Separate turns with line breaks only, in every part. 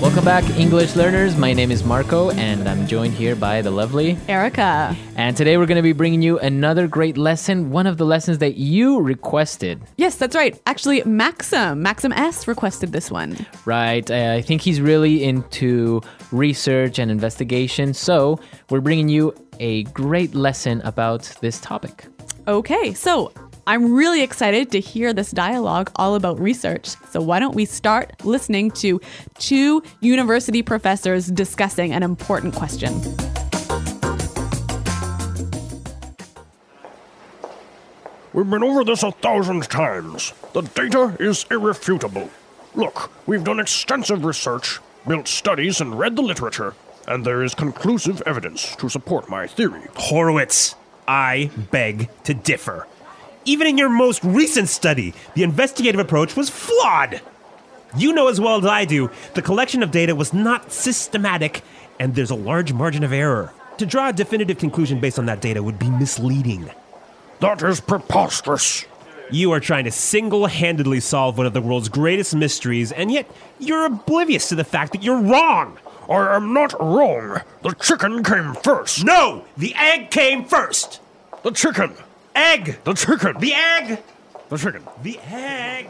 Welcome back, English learners. My name is Marco, and I'm joined here by the lovely.
Erica.
And today we're going to be bringing you another great lesson, one of the lessons that you requested.
Yes, that's right. Actually, Maxim, Maxim S requested this one.
Right. Uh, I think he's really into research and investigation. So we're bringing you a great lesson about this topic.
Okay, so I'm really excited to hear this dialogue all about research. So why don't we start listening to two university professors discussing an important question?
We've been over this a thousand times. The data is irrefutable. Look, we've done extensive research, built studies, and read the literature, and there is conclusive evidence to support my theory.
Horowitz, I beg to differ. Even in your most recent study, the investigative approach was flawed. You know as well as I do, the collection of data was not systematic, and there's a large margin of error. To draw a definitive conclusion based on that data would be misleading.
That is preposterous.
You are trying to single handedly solve one of the world's greatest mysteries, and yet you're oblivious to the fact that you're wrong.
I am not wrong. The chicken came first.
No! The egg came first!
The chicken.
Egg!
The chicken.
The egg!
the chicken.
The egg!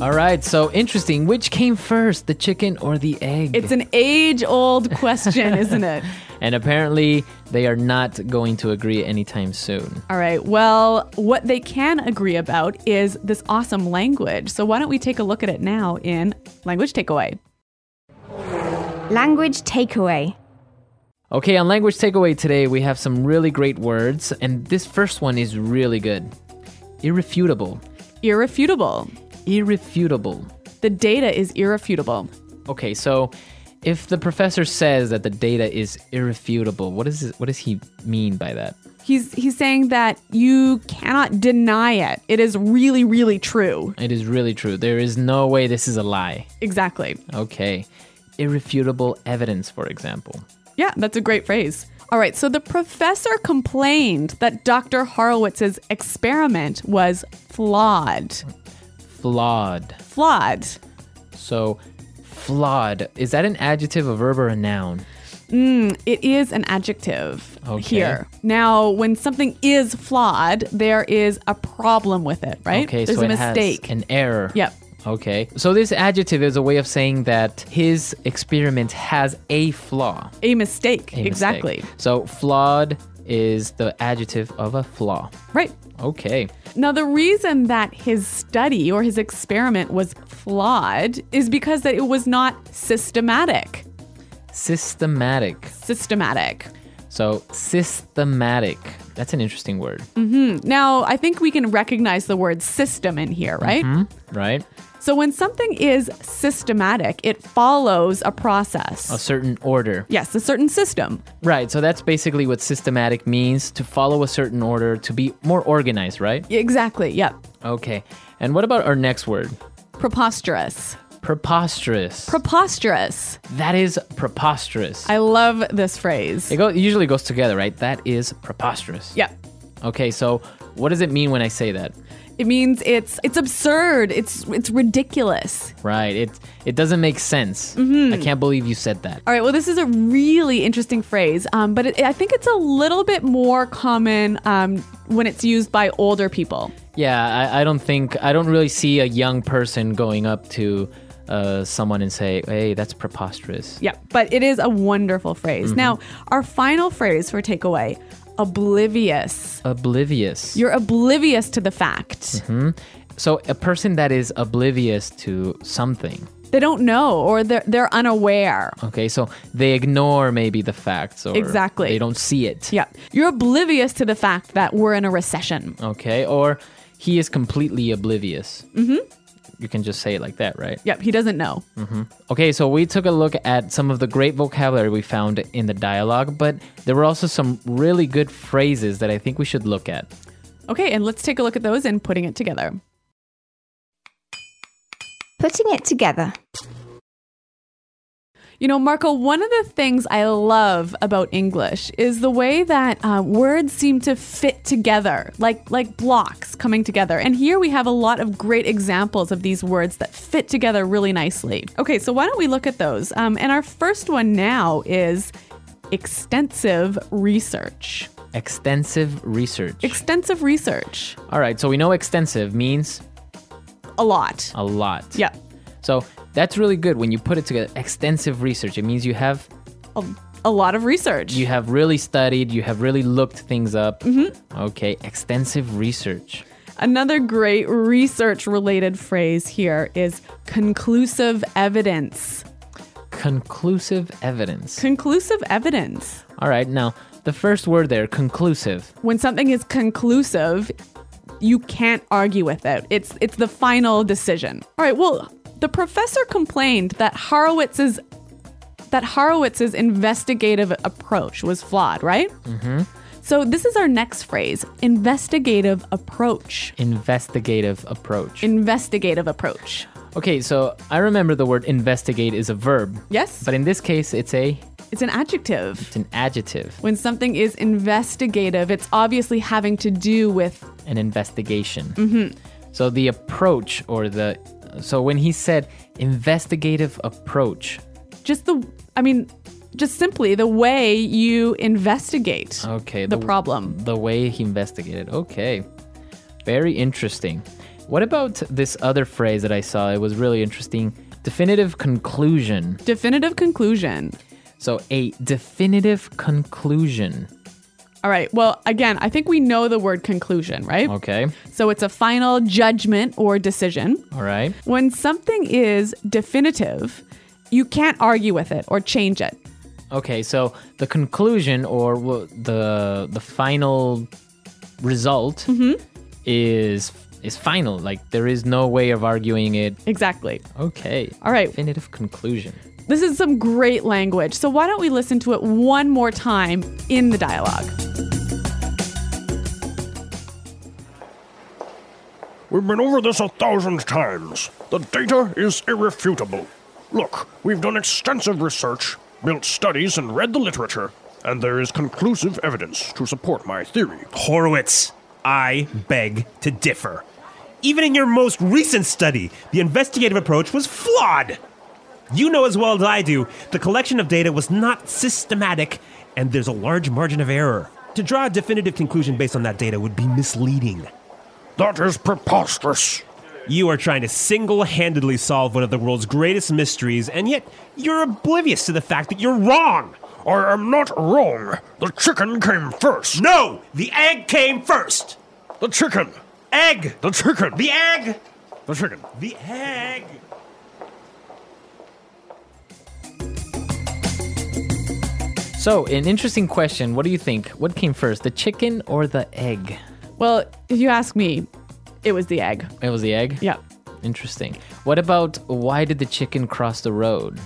All right. So interesting. Which came first, the chicken or the egg?
It's an age-old question, isn't it?
and apparently, they are not going to agree anytime soon.
All right. Well, what they can agree about is this awesome language. So why don't we take a look at it now in language takeaway?
Language takeaway.
Okay, on Language Takeaway today, we have some really great words, and this first one is really good. Irrefutable.
Irrefutable.
Irrefutable.
The data is irrefutable.
Okay, so if the professor says that the data is irrefutable, what is what does he mean by that?
He's he's saying that you cannot deny it. It is really really true.
It is really true. There is no way this is a lie.
Exactly.
Okay. Irrefutable evidence, for example.
Yeah, that's a great phrase. All right, so the professor complained that Dr. Horowitz's experiment was flawed.
Flawed.
Flawed.
So, flawed. Is that an adjective, a verb, or a noun?
It is an adjective
Okay.
here. Now, when something is flawed, there is a problem with it, right?
Okay,
There's
so
a
it
mistake.
has an error.
Yep.
Okay. So this adjective is a way of saying that his experiment has a flaw.
a mistake.
A mistake.
exactly.
So flawed is the adjective of a flaw.
Right.
Okay.
Now, the reason that his study or his experiment was flawed is because that it was not systematic.
Systematic.
Systematic.
So systematic. That's an interesting word,
Mm. Now, I think we can recognize the word system in here, right?
right?
So, when something is systematic, it follows a process.
A certain order.
yes, a certain system.
Right. So that's basically what systematic means to follow a certain order, to be more organized, right?
Exactly. Yep.
Okay. And what about our next word?
Preposterous.
Preposterous.
Preposterous.
that is preposterous.
I love this phrase.
It, go, it usually goes together, right? That is preposterous.
Yep.
Okay, so what does it mean when I say that?
It means it's it's absurd. It's it's ridiculous.
Right. It it doesn't make sense.
Mm-hmm.
I can't believe you said that.
All right. Well, this is a really interesting phrase, um, but it, I think it's a little bit more common um, when it's used by older people.
Yeah, I, I don't think I don't really see a young person going up to uh, someone and say, "Hey, that's preposterous."
Yeah, but it is a wonderful phrase. Now, our final phrase for takeaway: oblivious.
Oblivious.
You're oblivious to the fact.
so a person that is oblivious to something.
They don't know, or they're they're unaware.
Okay, so they ignore maybe the facts or
Exactly.
they don't see it.
Yeah, you're oblivious to the fact that we're in a recession.
Okay, or he is completely oblivious. Mm-hmm. You can just say it like that, right?
Yep, he doesn't know.
Okay, so we took a look at some of the great vocabulary we found in the dialogue, but there were also some really good phrases that I think we should look at.
Okay, and let's take a look at those and putting it together.
Putting it together.
You know, Marco, one of the things I love about English is the way that uh, words seem to fit together, like like blocks coming together. And here we have a lot of great examples of these words that fit together really nicely. Okay, so why don't we look at those? Um, and our first one now is extensive research.
Extensive research.
Extensive research,
All right, so we know extensive means
a lot.
a lot.
Yeah,
So that's really good when you put it together. Extensive research. It means you have
a, a lot of research.
you have really studied, you have really looked things up. Mm-hmm. Okay, extensive research.
Another great research related phrase here is conclusive evidence.
Conclusive evidence.
Conclusive evidence.
All right, now the first word there, conclusive.
When something is conclusive, you can't argue with it. It's it's the final decision. All right, well, the professor complained that Horowitz's that Horowitz's investigative approach was flawed, right? Mm-hmm. So this is our next phrase, investigative approach.
Investigative approach.
Investigative approach.
okay, so I remember the word investigate is a verb.
Yes.
But in this case, it's a
It's an adjective.
it's an adjective,
When something is investigative, it's obviously having to do with
an investigation. Mm-hmm. So the approach or the so when he said investigative approach,
just the, I mean, just simply the way you investigate
Okay.
the,
the-
problem.
the way he investigated. Okay. Very interesting. What about this other phrase that I saw? It was really interesting. Definitive conclusion.
Definitive conclusion.
So, a definitive conclusion.
All right. Well, again, I think we know the word conclusion, right?
Okay.
So it's a final judgment or decision.
All right.
When something is definitive, you can't argue with it or change it.
Okay. So, the conclusion or wha- the the final result is is final. Like there is no way of arguing it.
Exactly.
Okay.
All right.
Definitive conclusion.
This is some great language. So why don't we listen to it one more time in the dialogue?
We've been over this a thousand times. The data is irrefutable. Look, we've done extensive research, built studies, and read the literature, and there is conclusive evidence to support my theory.
Horowitz, I beg to differ. Even in your most recent study, the investigative approach was flawed. You know as well as I do, the collection of data was not systematic, and there's a large margin of error. To draw a definitive conclusion based on that data would be misleading.
That is preposterous.
You are trying to single handedly solve one of the world's greatest mysteries, and yet you're oblivious to the fact that you're wrong.
I am not wrong. The chicken came first.
No! The egg came first!
The chicken.
Egg!
The chicken.
The egg!
The chicken.
The egg!
So, an interesting question. What do you think? What came first, the chicken or the egg?
Well, if you ask me, it was the egg.
It was the egg?
Yeah.
Interesting. What about why did the chicken cross the road?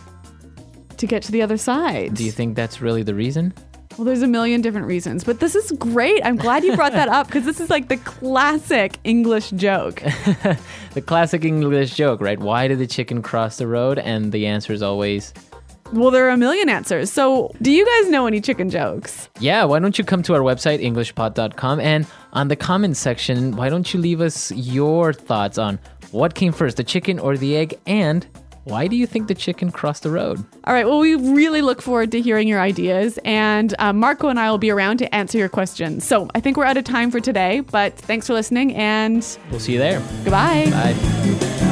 To get to the other side.
Do you think that's really the reason?
well, there's a million different reasons, but this is great. I'm glad you brought that up because this is like the classic English joke.
The classic English joke, right? Why did the chicken cross the road? And the answer is always,
well, there are a million answers. So, do you guys know any chicken jokes?
yeah, why don't you come to our website, EnglishPod.com, and on the comments section, why don't you leave us your thoughts on what came first, the chicken or the egg? And why do you think the chicken crossed the road?
All right. Well, we really look forward to hearing your ideas, and uh, Marco and I will be around to answer your questions. So, I think we're out of time for today, but thanks for listening and
We'll see you there.
goodbye.
Bye.